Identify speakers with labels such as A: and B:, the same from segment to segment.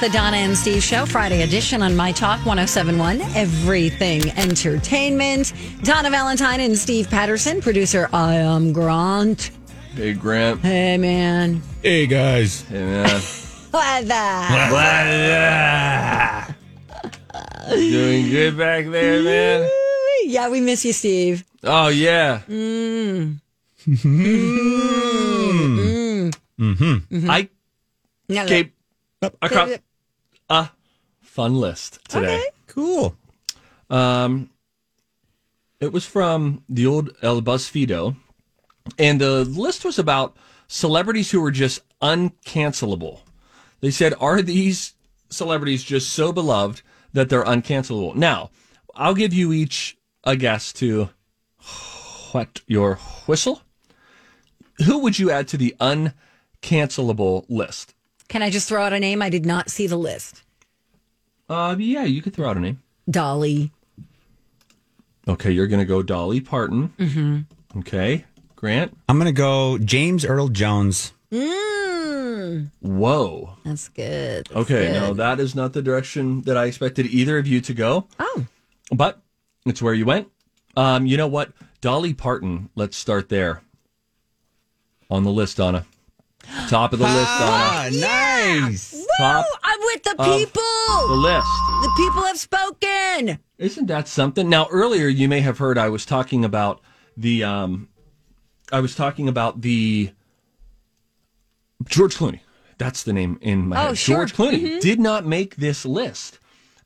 A: The Donna and Steve Show, Friday edition on My Talk 1071, Everything Entertainment. Donna Valentine and Steve Patterson, producer I am Grant.
B: Hey, Grant.
A: Hey, man.
C: Hey guys,
B: Hey, man.
A: What the?
B: Doing good back there, man.
A: Yeah, we miss you, Steve.
B: Oh, yeah. Mm-hmm. I
A: No,
B: gave across a fun list today. Um,
C: cool.
B: It was from the old El Buzzfeedo, and the list was about celebrities who were just uncancelable. They said, "Are these celebrities just so beloved that they're uncancelable?" Now, I'll give you each a guess to what your whistle. Who would you add to the uncancelable list?
A: Can I just throw out a name? I did not see the list.
B: Uh, yeah, you could throw out a name.
A: Dolly.
B: Okay, you're gonna go Dolly Parton. Mm-hmm. Okay, Grant.
C: I'm gonna go James Earl Jones.
A: Mm,
B: Whoa.
A: that's good. That's
B: Okay,
A: good.
B: no, that is not the direction that I expected either of you to go,
A: Oh,
B: but it's where you went. Um, you know what? Dolly Parton, let's start there. On the list, Donna. Top of the list, Donna.
C: Ah, nice.
B: Top
A: I'm with the
B: of the
A: people.
B: list.
A: The people have spoken.
B: Isn't that something? Now, earlier you may have heard I was talking about the, um, I was talking about the George Clooney. That's the name in my
A: Oh,
B: head.
A: sure.
B: George Clooney did not make this list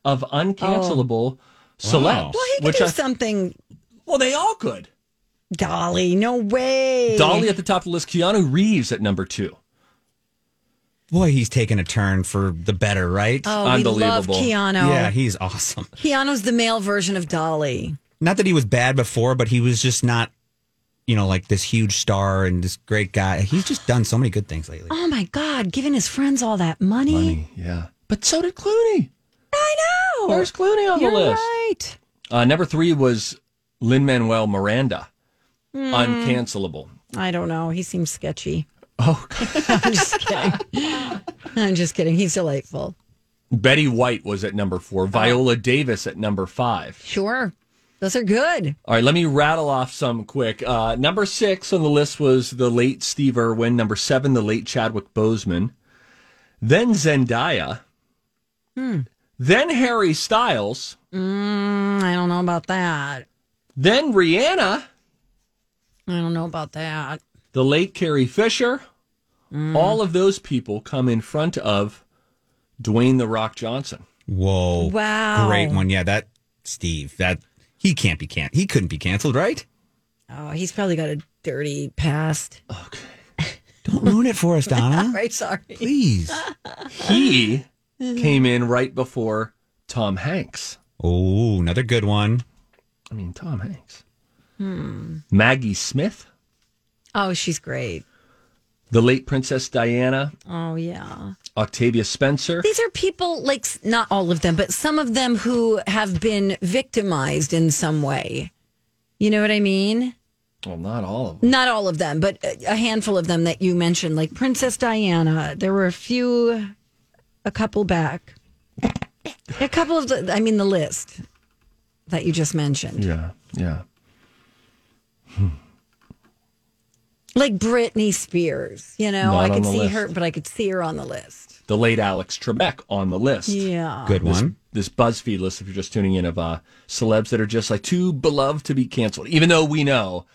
B: of uncancelable celebs.
A: Oh. Well, he could
B: which
A: do
B: I-
A: something,
B: well, they all could.
A: Dolly. No way.
B: Dolly at the top of the list. Keanu Reeves at number two.
C: Boy, he's taking a turn for the better, right?
A: Oh, we love
B: Unbelievable.
A: Keanu.
C: yeah, he's awesome.
A: Keanu's the male version of Dolly.
C: Not that he was bad before, but he was just not, you know, like this huge star and this great guy. He's just done so many good things lately.
A: Oh my God, giving his friends all that money.
B: Yeah, but so did Clooney.
A: I know.
B: Where's Clooney
A: Oh,
B: on
A: You're
B: the list?
A: right.
B: Uh, number three was Lin Manuel Miranda.
A: Hmm.
B: Uncancelable.
A: I don't know. He seems sketchy.
B: Oh,
A: I'm just kidding. I'm just kidding. He's delightful.
B: Betty White was at number
A: Uh-huh.
B: four. Viola Davis at number five.
A: Sure. Those are good.
B: All right, let me rattle off some quick. Uh, number six on the list was the late Steve Irwin. Number seven, the late Chadwick Boseman. Then Zendaya.
A: Hmm.
B: Then Harry Styles.
A: Mm, I don't know about that.
B: Then Rihanna.
A: I don't know about that.
B: the late Carrie Fisher,
A: Hmm.
B: all of those people come in front of Dwayne the Rock Johnson.
C: Whoa.
A: Wow.
C: Great one. Yeah, that Steve. That he can't be can he couldn't be canceled, right?
A: Oh, he's probably got a dirty past.
C: Don't ruin it for us, Donna.
A: Right. Sorry.
C: Please.
B: He came in right before Tom Hanks.
C: Oh, another good one.
B: I mean, Tom Hanks.
A: Hmm.
B: Maggie Smith,
A: Oh, she's great.
B: the late Princess Diana,
A: Oh, yeah.
B: Octavia Spencer.
A: These are people, like, s- not all of them, but some of them who have been victimized in some way. You know what I mean?
B: Well, not all of them.
A: Not all of them, but a a handful of them that you mentioned, like Princess Diana. There were a few, a couple back. A couple of, the, I mean, the list that you just mentioned.
B: Yeah, yeah.
A: Like Britney Spears, you know,
B: Not
A: I
B: on
A: could
B: the
A: see
B: list.
A: her, but I could see her on the list.
B: The late Alex Trebek on the list.
A: Yeah.
C: Good one.
B: This BuzzFeed list, if you're just tuning in, of uh, celebs that are just like too beloved to be canceled, even though we know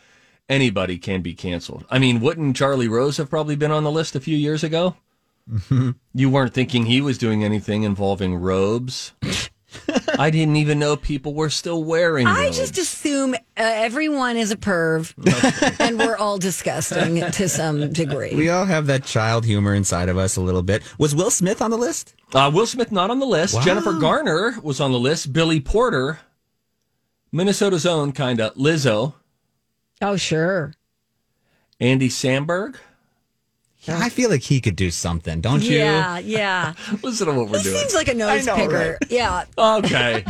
B: anybody can be canceled. I mean, wouldn't Charlie Rose have probably been on the list a few years ago? You weren't thinking he was doing anything involving robes. I didn't even know people were still wearing.
A: I
B: robes.
A: just assume uh, everyone is a perv and we're all disgusting to some degree.
C: We all have that child humor inside of us a little bit. Was Will Smith on the list?
B: Uh, Will Smith not on the list.
C: Wow.
B: Jennifer Garner was on the list. Billy Porter, Minnesota's own kinda Lizzo,
A: oh, sure.
B: Andy Samberg.
C: I feel like he could do something, don't you?
A: Yeah, yeah.
B: Listen to what we're
A: He
B: doing.
A: seems like a nose
C: know,
A: picker. Yeah.
B: okay.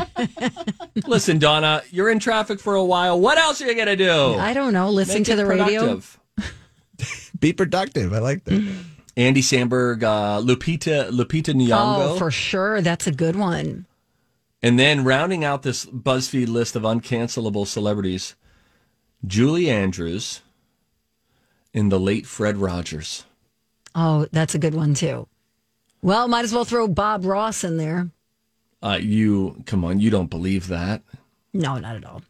B: Listen, Donna, you're in traffic for a while. What else are you gonna do?
A: I don't know. Listen
B: Oh. Make
A: to
B: it
A: the radio.
B: productive.
C: Be productive. I like that.
B: Andy Samberg, uh, Lupita Lupita Nyong'o,
A: Oh, for sure. That's a good one.
B: and then rounding out this BuzzFeed list of uncancelable celebrities, Julie Andrews, and the late Fred Rogers.
A: Oh, that's a good one too. Well, might as well throw Bob Ross in there.
B: Uh, you come on, you don't believe that.
A: No, not at all.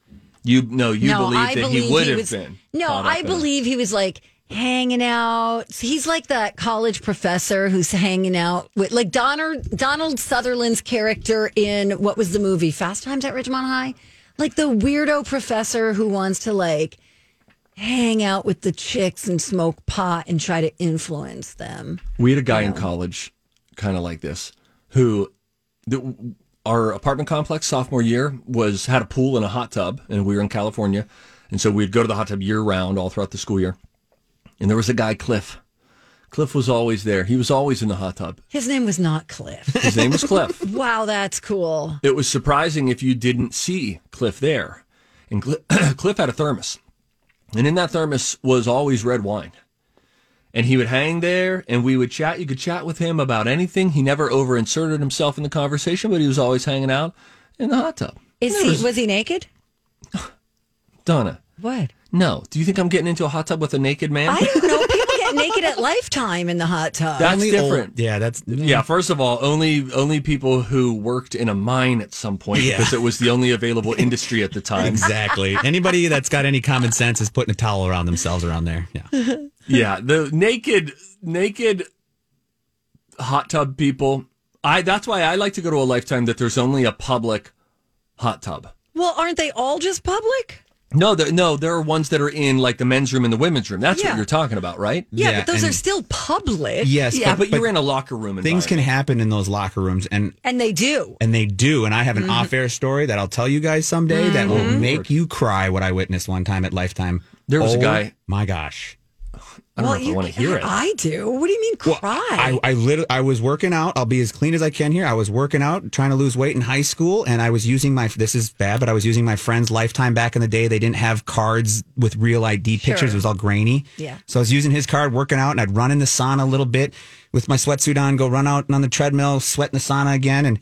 B: You no, you
A: no,
B: believe
A: I
B: that
A: believe
B: he would have
A: was,
B: been.
A: No,
B: caught up
A: I
B: in it.
A: believe he was like hanging out. He's like that college professor who's hanging out with like Donner, Donald Sutherland's character in what was the movie Fast Times at Ridgemont High? Like the weirdo professor who wants to like hang out with the chicks and smoke pot and try to influence them.
B: We had a guy in college, kind of like this, who the, our apartment complex sophomore year was had a pool and a hot tub, and we were in California, and so we'd go to the hot tub year round, all throughout the school year. And there was a guy, Cliff. Cliff was always there. He was always in the hot tub.
A: His name was not Cliff.
B: His name was Cliff.
A: wow, that's cool.
B: It was surprising if you didn't see Cliff there. And Cl- Cliff had a thermos. And in that thermos was always red wine. And he would hang there and we would chat. You could chat with him about anything. He never over inserted himself in the conversation, but he was always hanging out in the hot tub.
A: Is
B: There
A: he
B: was-
A: was he naked?
B: Donna,
A: What?
B: no. Do you think I'm getting into a hot tub with a naked man?
A: I don't know. People get naked at lifetime in the hot tub.
B: That's
C: Only old-
B: different.
C: yeah, that's
B: Yeah, first of all, only only people who worked in a mine at some point because it was the only available industry at the time.
C: Exactly. Anybody that's got any common sense is putting a towel around themselves around there. Yeah.
B: yeah the naked naked hot tub people i that's why i like to go to a lifetime that there's only a public hot tub
A: well, aren't they all just public?
B: no there, no there are ones that are in like the men's room and the women's room that's
A: Yeah.
B: what you're talking about right
A: Yeah,
C: Yeah,
A: but those are
C: and-
A: still public.
C: Yes.
B: yeah but, you're in a locker room
C: things can
B: environment.
C: happen in those locker rooms and
A: And they do.
C: and they do. And I have an
B: Mm-hmm.
C: off-air story that I'll tell you guys someday that will make you cry. What I witnessed one time at Lifetime.
B: There was a
C: Oh,
B: guy-
C: My gosh.
B: i don't know if i want to hear it
A: I do. What do you mean cry?
C: I, I literally I was working out. I'll be as clean as I can here. I was working out, trying to lose weight in high school, and I was using my this is bad, but I was using my friend's lifetime back in the day. They didn't have cards with real ID pictures. It was all grainy.
A: Yeah.
C: So I was using his card, working out, and I'd run in the sauna a little bit with my sweatsuit on, go run out on the treadmill, sweat in the sauna again, and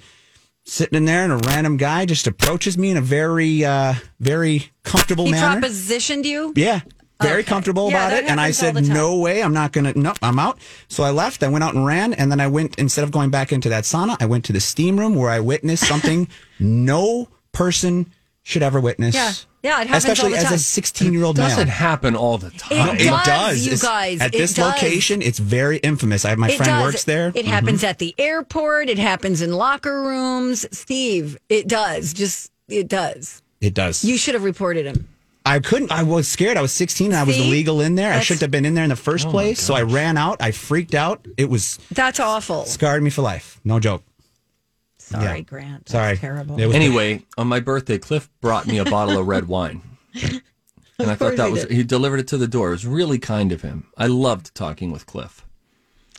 C: sitting in there and a random guy just approaches me in a very uh very comfortable
A: he
C: manner.
A: propositioned you?
C: Yeah. Very comfortable
A: Yeah,
C: about
A: that
C: it. And I
A: happens all
C: said,
A: the time.
C: no way. I'm not going to. No, I'm out. So I left. I went out and ran. And then I went, instead of going back into that sauna, I went to the steam room where I witnessed something no person should ever witness.
A: Yeah. Yeah, it happens all
C: Especially
A: the
C: as
A: time.
C: a 16 year old
B: it
C: male.
B: doesn't happen all the time
A: It does, you
C: It's-
A: guys.
C: At
A: It
C: this
A: does.
C: location, it's very infamous. I have my
A: It
C: friend
A: does.
C: works there. Mm-hmm.
A: It happens at the airport. It happens in locker rooms. Steve, it does. Just it does.
C: It does.
A: You should have reported him.
C: I couldn't. I was scared. I was 16 and I was
A: See?
C: illegal in there. I
A: That's-
C: shouldn't have been in there in the first
B: Oh
C: place. So I ran out. I freaked out. It was
A: That's awful.
C: scarred me for life. No joke.
A: Sorry,
C: yeah.
A: Grant. That's
C: Sorry.
A: Terrible.
C: It was-
B: anyway on my birthday cliff brought me a bottle of red wine and i thought that was he delivered it to the door it was really kind of him i loved talking with cliff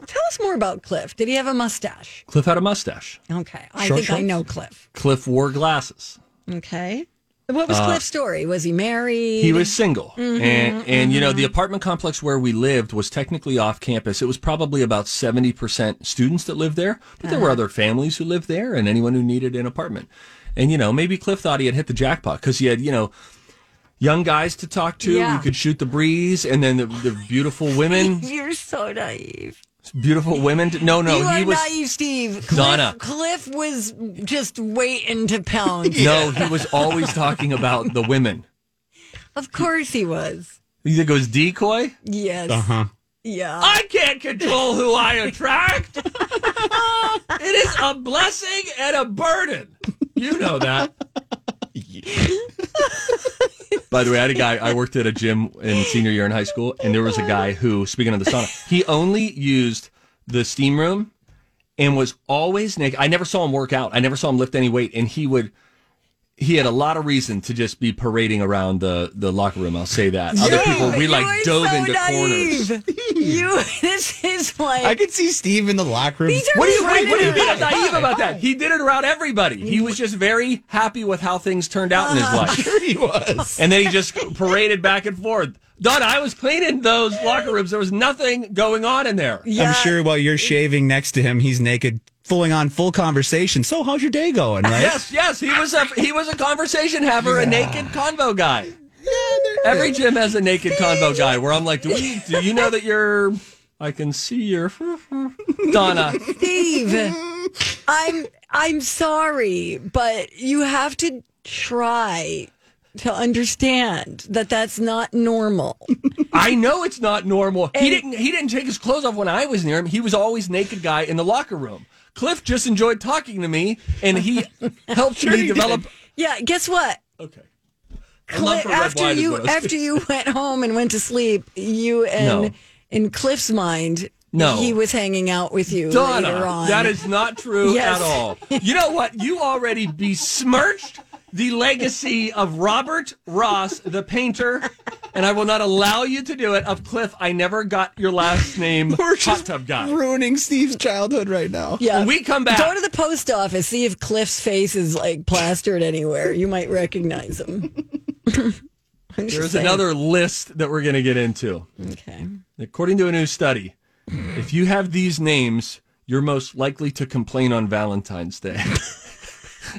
A: Tell us more about Cliff. Did he have a mustache?
B: cliff had a mustache
A: Okay. I
C: Short
A: think I
C: shorts?
A: know Cliff.
B: cliff wore glasses
A: Okay. What
C: Uh,
A: was Cliff's story? Was he married?
B: He was single,
A: Mm-hmm,
B: and and you know the apartment complex where we lived was technically off campus. It was probably about seventy percent students that lived there, but there
A: Uh-huh.
B: were other families who lived there, and anyone who needed an apartment. And you know maybe Cliff thought he had hit the jackpot because he had you know young guys to talk to.
A: Yeah.
B: We could shoot the breeze, and then the, the beautiful women,
A: You're so naive.
B: beautiful women. To, no, no,
A: you
B: he
A: are
B: was
A: naive, Steve. Cliff,
B: Donna.
A: Cliff was just waiting to pound.
B: no, he was always talking about the women.
A: Of course he was.
B: You think it was decoy?
A: Yes.
B: Uh-huh.
C: Uh huh.
A: Yeah.
B: I can't control who I attract. it is a blessing and a burden. You know that. By the way, I had a guy, I worked at a gym in senior year in high school, and there was a guy who, speaking of the sauna, he only used the steam room and was always naked. I never saw him work out, I never saw him lift any weight, and he would. He had a lot of reason to just be parading around the, the locker room. I'll say that. Other people, we
A: You
B: like
A: are
B: dove
A: so
B: into corners.
A: naive. You, this is like.
C: I could see Steve in the locker room.
A: These are
B: What do you
A: Right
B: wait, what do you mean I'm
A: there.
B: naive about that? He did it around everybody. He was just very happy with how things turned out in
A: Uh.
B: his life.
C: sure he was.
B: And then he just paraded back and forth. Donna, I was cleaning those locker rooms. There was nothing going on in there.
A: Yeah.
C: I'm sure while you're shaving next to him, he's naked, fulling on full conversation. So how's your day going? Right?
B: Yes, yes, he was a he was a conversation haver, a naked convo guy. Every gym has a naked convo guy where I'm like, do, we, do you know that you're? I can see your Donna.
A: Steve, I'm I'm sorry, but you have to try to understand that that's not normal.
B: I know it's not normal. he didn't. He didn't take his clothes off when I was near him. He was always naked guy in the locker room. Cliff just enjoyed talking to me, and he helped me develop.
A: Yeah, guess what?
B: Okay. A
A: Cliff,
B: love for red
A: after
B: wine is
A: you
B: what I was
A: after
B: thinking.
A: you went home and went to sleep, you and
B: No.
A: in Cliff's mind,
B: No.
A: he was hanging out with you later
B: Donna,
A: on.
B: that is not true
A: Yes.
B: at all. You know what? You already besmirched the legacy of Robert Ross, the painter, and I will not allow you to do it. Of Cliff, I never got your last name. Hot tub guy.
C: Ruining Steve's childhood right now.
A: yeah.
B: When we come back-
A: Go to the post office, see if Cliff's face is like plastered anywhere. You might recognize him. I'm just
B: There's
A: saying.
B: another list that we're going to get into.
A: Okay.
B: According to a new study, if you have these names, you're most likely to complain on Valentine's Day.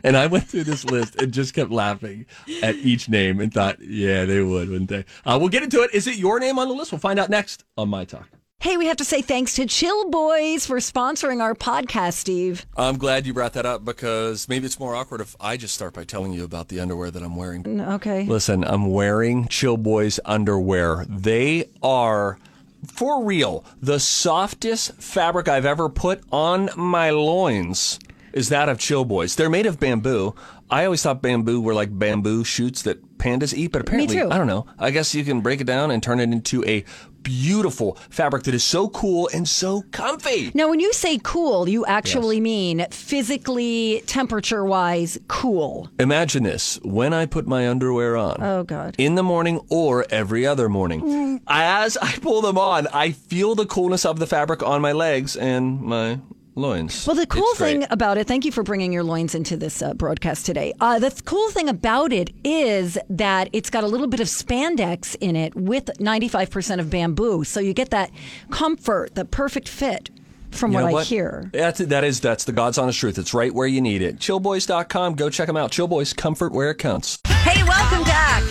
B: and I went through this list and just kept laughing at each name and thought, yeah, they would, wouldn't they? Uh, we'll get into it. Is it your name on the list? We'll find out next on My Talk.
A: Hey, we have to say thanks to Chill Boys for sponsoring our podcast, Steve.
D: I'm glad you brought that up because maybe it's more awkward if I just start by telling you about the underwear that I'm wearing.
A: Okay.
B: Listen, I'm wearing Chill Boys underwear. They are, for real, the softest fabric I've ever put on my loins is that of Chill Boys. They're made of bamboo. I always thought bamboo were like bamboo shoots that pandas eat, but apparently,
A: too.
B: I don't know. I guess you can break it down and turn it into a beautiful fabric that is so cool and so comfy.
A: Now, when you say cool, you actually mean physically, temperature wise, cool.
B: Imagine this when I put my underwear on.
A: Oh, God.
B: in the morning or every other
A: Mm.
B: morning. As I pull them on, I feel the coolness of the fabric on my legs and my loins.
A: Well, the cool
B: It's great.
A: thing about it, thank you for bringing your loins into this uh, broadcast today. Uh, the th- cool thing about it is that it's got a little bit of spandex in it with 95% of bamboo. So you get that comfort, the perfect fit from
B: You know
A: what, I hear.
B: That's, that is that's the God's honest truth. It's right where you need it. Chillboys.com. Go check them out. Chillboys comfort where it counts.
A: Hey, welcome back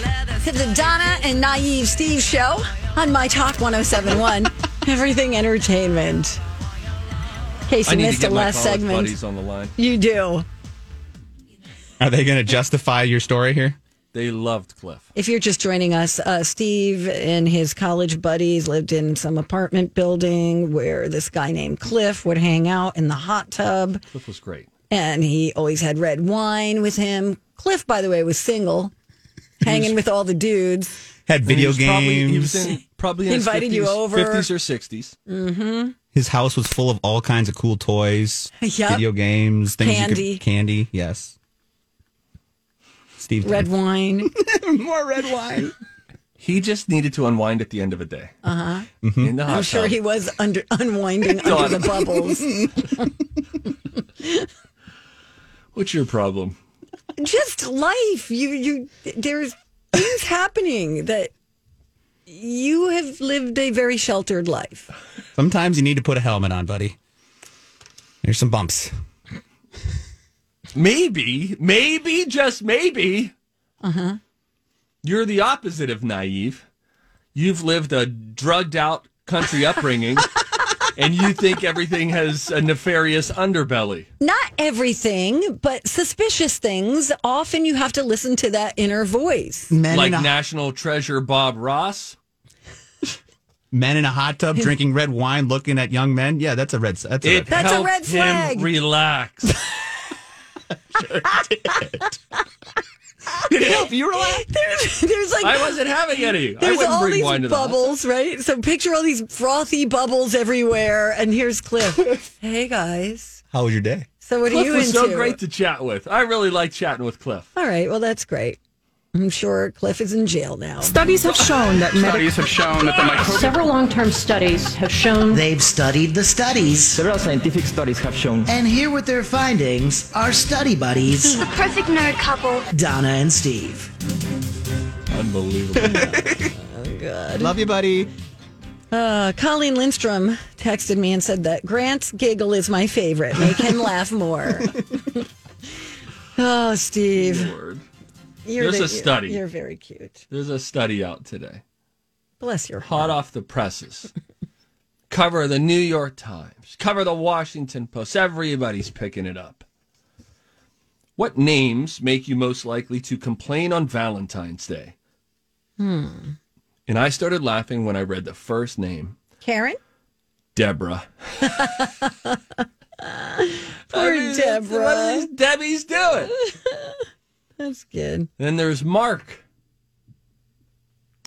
A: to the Donna and Naive Steve show on My Talk 1071, Everything Entertainment. In case you missed the last segment,
B: on the line.
A: you do.
C: Are they going to justify your story here?
B: They loved Cliff.
A: If you're just joining us, uh, Steve and his college buddies lived in some apartment building where this guy named Cliff would hang out in the hot tub,
B: Cliff was great.
A: and he always had red wine with him. Cliff, by the way, was single, hanging with all the dudes.
C: Had video
B: he was Probably, he
C: games.
B: was in, probably in
A: Invited
B: his 50s,
A: you over.
B: 50s or 60s.
C: His house was full of all kinds of cool toys,
A: Yep.
C: video games, things You
A: Candy.
C: could, candy. Yes. Steve.
A: Red wine.
C: more red wine.
B: He just needed to unwind at the end of a day. Uh huh.
A: Uh-huh. I'm sure he was under unwinding under the bubbles.
B: What's your problem?
A: Just life. You you there's things happening that you have lived a very sheltered life.
C: Sometimes you need to put a helmet on, buddy. There's some bumps.
A: Uh-huh.
B: maybe, maybe, just maybe, You're the opposite of naive. You've lived a drugged out country upbringing, and you think everything has a nefarious underbelly.
A: Not everything, but suspicious things. Often you have to listen to that inner voice.
C: Men,
B: like
C: in a,
B: National Treasure Bob Ross.
C: men in a hot tub drinking red wine, looking at young men. Yeah, that's a red. That's
B: It
C: a red.
A: That's a
B: helped
A: red flag.
B: Him relax.
C: Did it help you relax?
A: There's, there's like
B: I wasn't having any. I
A: There's
B: wouldn't
A: all
B: bring
A: these
B: wine to the hot
A: bubbles, right? So picture all these frothy bubbles everywhere. And here's Cliff. hey guys.
C: How was your day?
A: So what
B: Cliff
A: are you
B: was
A: into?
B: so great to chat with. I really like chatting with Cliff.
A: all right. Well, that's great. I'm sure Cliff is in jail now.
E: Studies have shown that medical
F: Studies have shown that the microbial
G: Several long term studies have shown
H: They've studied the studies,
F: Several scientific studies have shown
H: and here with their findings are study buddies
I: The perfect nerd couple.
H: Donna and Steve.
B: Unbelievable.
C: Love you, buddy.
A: Uh, Colleen Lindstrom texted me and said that Grant's giggle is my favorite. Make him laugh more. oh, Steve.
B: Word.
A: You're
B: There's
A: the-
B: a study.
A: You're, you're very cute.
B: There's a study out today,
A: Bless your heart.
B: hot off the presses. cover the New York Times, cover the Washington Post. Everybody's picking it up. What names make you most likely to complain on Valentine's Day? Hmm. And I started laughing when I read the first name,
A: Karen?
B: Deborah.
A: Poor
B: What are
A: Deborah.
B: these Debbie's doing?
A: That's good.
B: Then there's Mark.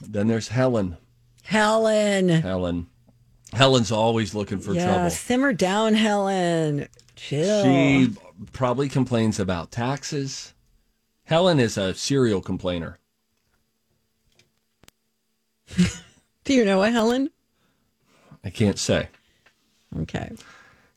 B: Then there's Helen.
A: Helen.
B: Helen. Helen's always looking for
A: yeah,
B: trouble.
A: simmer down, Helen. Chill.
B: She
A: Oh.
B: probably complains about taxes. Helen is a serial complainer.
A: Do you know a Helen?
B: I can't say.
A: Okay.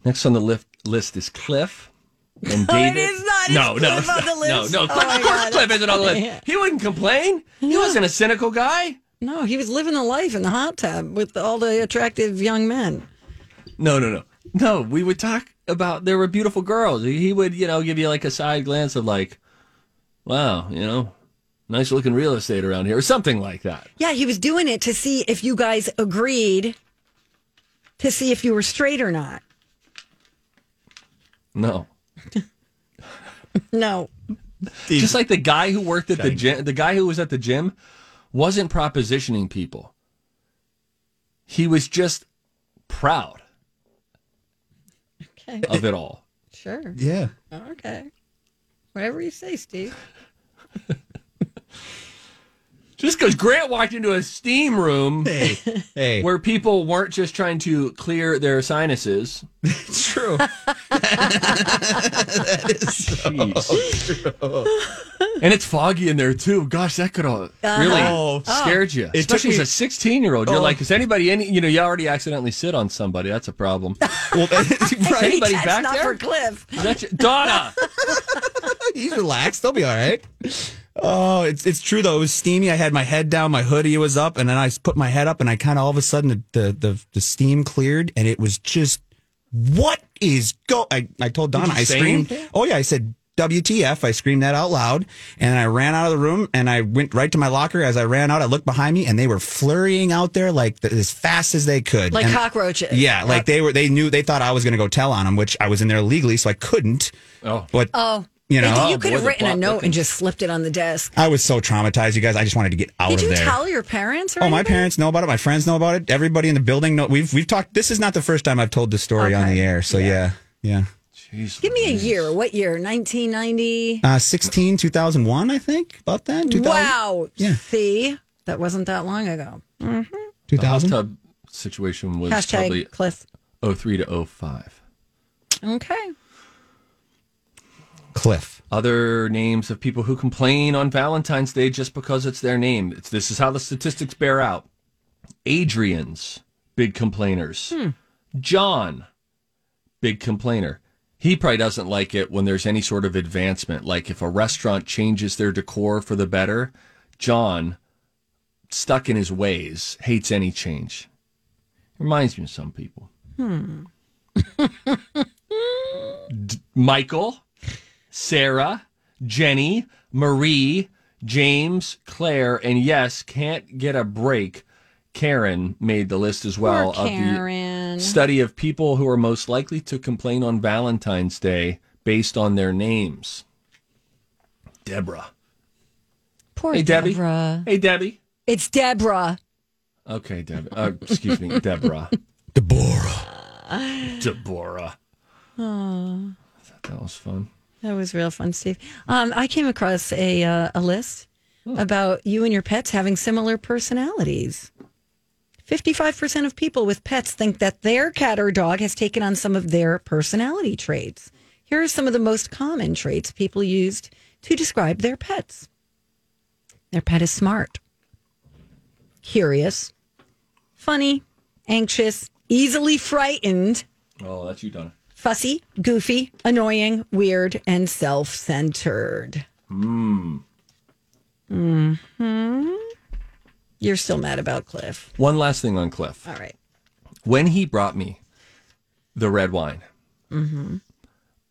B: Next on the lift list is Cliff. And David.
A: Oh, is not. Is
B: No, no,
A: Cliff on the list?
B: no, no.
A: Oh
B: Cliff,
A: my
B: of course,
A: God.
B: Cliff isn't on the list.
A: Yeah.
B: He wouldn't complain. He wasn't a cynical guy.
A: No, he was living the life in the hot tub with all the attractive young men.
B: No, no, no. No, we would talk about there were beautiful girls. He would, you know, give you like a side glance of like, wow, you know, nice looking real estate around here or something like that.
A: Yeah, he was doing it to see if you guys agreed to see if you were straight or not.
B: No.
A: No.
B: Just like the guy who worked at the gym, the guy who was at the gym wasn't propositioning people. He was just proud
A: Okay.
B: of it all.
A: Sure.
C: Yeah.
A: Okay. Whatever you say, Steve.
B: Just because Grant walked into a steam room
C: Hey, hey.
B: where people weren't just trying to clear their sinuses.
C: true.
B: Jeez. and it's foggy in there too. Gosh, that could have really
C: Oh.
B: scared you.
C: It took
B: Especially as
C: me-
B: a 16 year old. You're
C: Oh.
B: like, is anybody any, you know, you already accidentally sit on somebody. That's a problem.
C: Well, right.
B: anybody
A: That's
B: back
A: not
B: there?
A: for Cliff.
B: Is that your- Donna!
C: He's relaxed. They'll be all right. Oh, it's it's true though. It was steamy. I had my head down, my hoodie was up, and then I put my head up, and I kind of all of a sudden the, the the the steam cleared, and it was just what is go? I, I told Donna.
B: you
C: I
B: say
C: screamed.
B: anything?
C: Oh yeah, I said WTF. I screamed that out loud, and I ran out of the room, and I went right to my locker. As I ran out, I looked behind me, and they were flurrying out there like th- as fast as they could,
A: Like
C: And-
A: cockroaches.
C: Yeah, like they were. They knew. They thought I was going to go tell on them, which I was in there legally, so I couldn't.
B: Oh.
C: But
A: Oh.
C: you know,
A: you
C: oh,
A: could
B: boy,
A: have
B: the
A: written a
B: plot
A: note
B: thickens.
A: and just slipped it on the desk.
C: I was so traumatized, you guys. I just wanted to get out
A: Did
C: of
A: you
C: there.
A: tell your parents? Or
C: oh, my
A: anybody?
C: parents know about it. My friends know about it. Everybody in the building know. We've we've talked. This is not the first time I've told this story on the air. So yeah, yeah.
B: Jeez.
A: Give
C: Mm.
A: me a year. What year? 1990.
C: Uh, 16, 2001, I think. About then. 2000,
A: Wow.
C: Yeah.
A: See, that wasn't that long ago.
B: The hot
C: 2000.
B: tub situation was
A: Hashtag Cliff.
B: probably 03 to 05.
A: Okay.
C: Cliff.
B: Other names of people who complain on Valentine's Day just because it's their name. It's, this is how the statistics bear out. Adrian's big complainers.
A: Hmm.
B: John, big complainer. He probably doesn't like it when there's any sort of advancement. Like if a restaurant changes their decor for the better, John, stuck in his ways, hates any change. Reminds me of some people.
A: Hmm.
B: D- Michael, Sarah, Jenny, Marie, James, Claire, and yes, can't get a break. Karen made the list as well
A: Poor
B: of
A: Karen.
B: the study of people who are most likely to complain on Valentine's Day based on their names. Deborah.
A: Poor
B: Hey, Debbie.
A: Deborah.
B: Hey, Debbie.
A: It's Deborah.
B: Okay, Deb. Uh, excuse me, Deborah. Deborah. Deborah. I thought that was fun.
A: That was real fun, Steve. Um, I came across a uh, a list about you and your pets having similar personalities. Fifty-five percent of people with pets think that their cat or dog has taken on some of their personality traits. Here are some of the most common traits people used to describe their pets. Their pet is smart, curious, funny, anxious, easily frightened,
B: Oh, that's you, Donna.
A: fussy, goofy, annoying, weird, and self centered. Hmm. Hmm. Mm-hmm. You're still mad about Cliff.
B: One last thing on Cliff.
A: All right.
B: When he brought me the red wine,
A: Mm-hmm.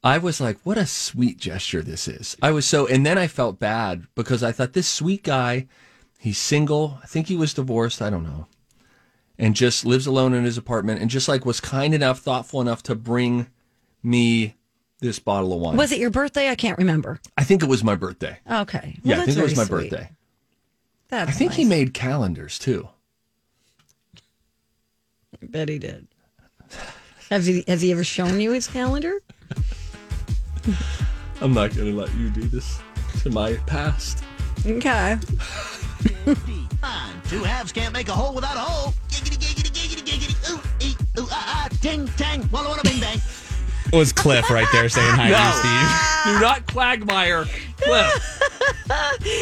B: I was like, what a sweet gesture this is. I was so, and then I felt bad because I thought this sweet guy, he's single. I think he was divorced. I don't know. And just lives alone in his apartment and just like was kind enough, thoughtful enough to bring me this bottle of wine.
A: Was it your birthday? I can't remember.
B: I think it was my birthday.
A: Okay. Well,
B: Yeah, I
A: that's
B: think it was
A: very
B: my
A: sweet.
B: birthday.
A: That's
B: I think he
A: nice.
B: made calendars too.
A: I bet he did. Has he, has he ever shown you his calendar?
B: I'm not going to let you do this to my past.
A: Okay.
H: Fine. Two halves can't make a whole without a hole. Giggity, giggity, giggity, giggity. Ooh, ee, ooh, ah, ah. Ting, tang. Walla, walla, bing, bang.
C: It was Cliff right there saying hi to you, Steve.
B: Do not quagmire Cliff.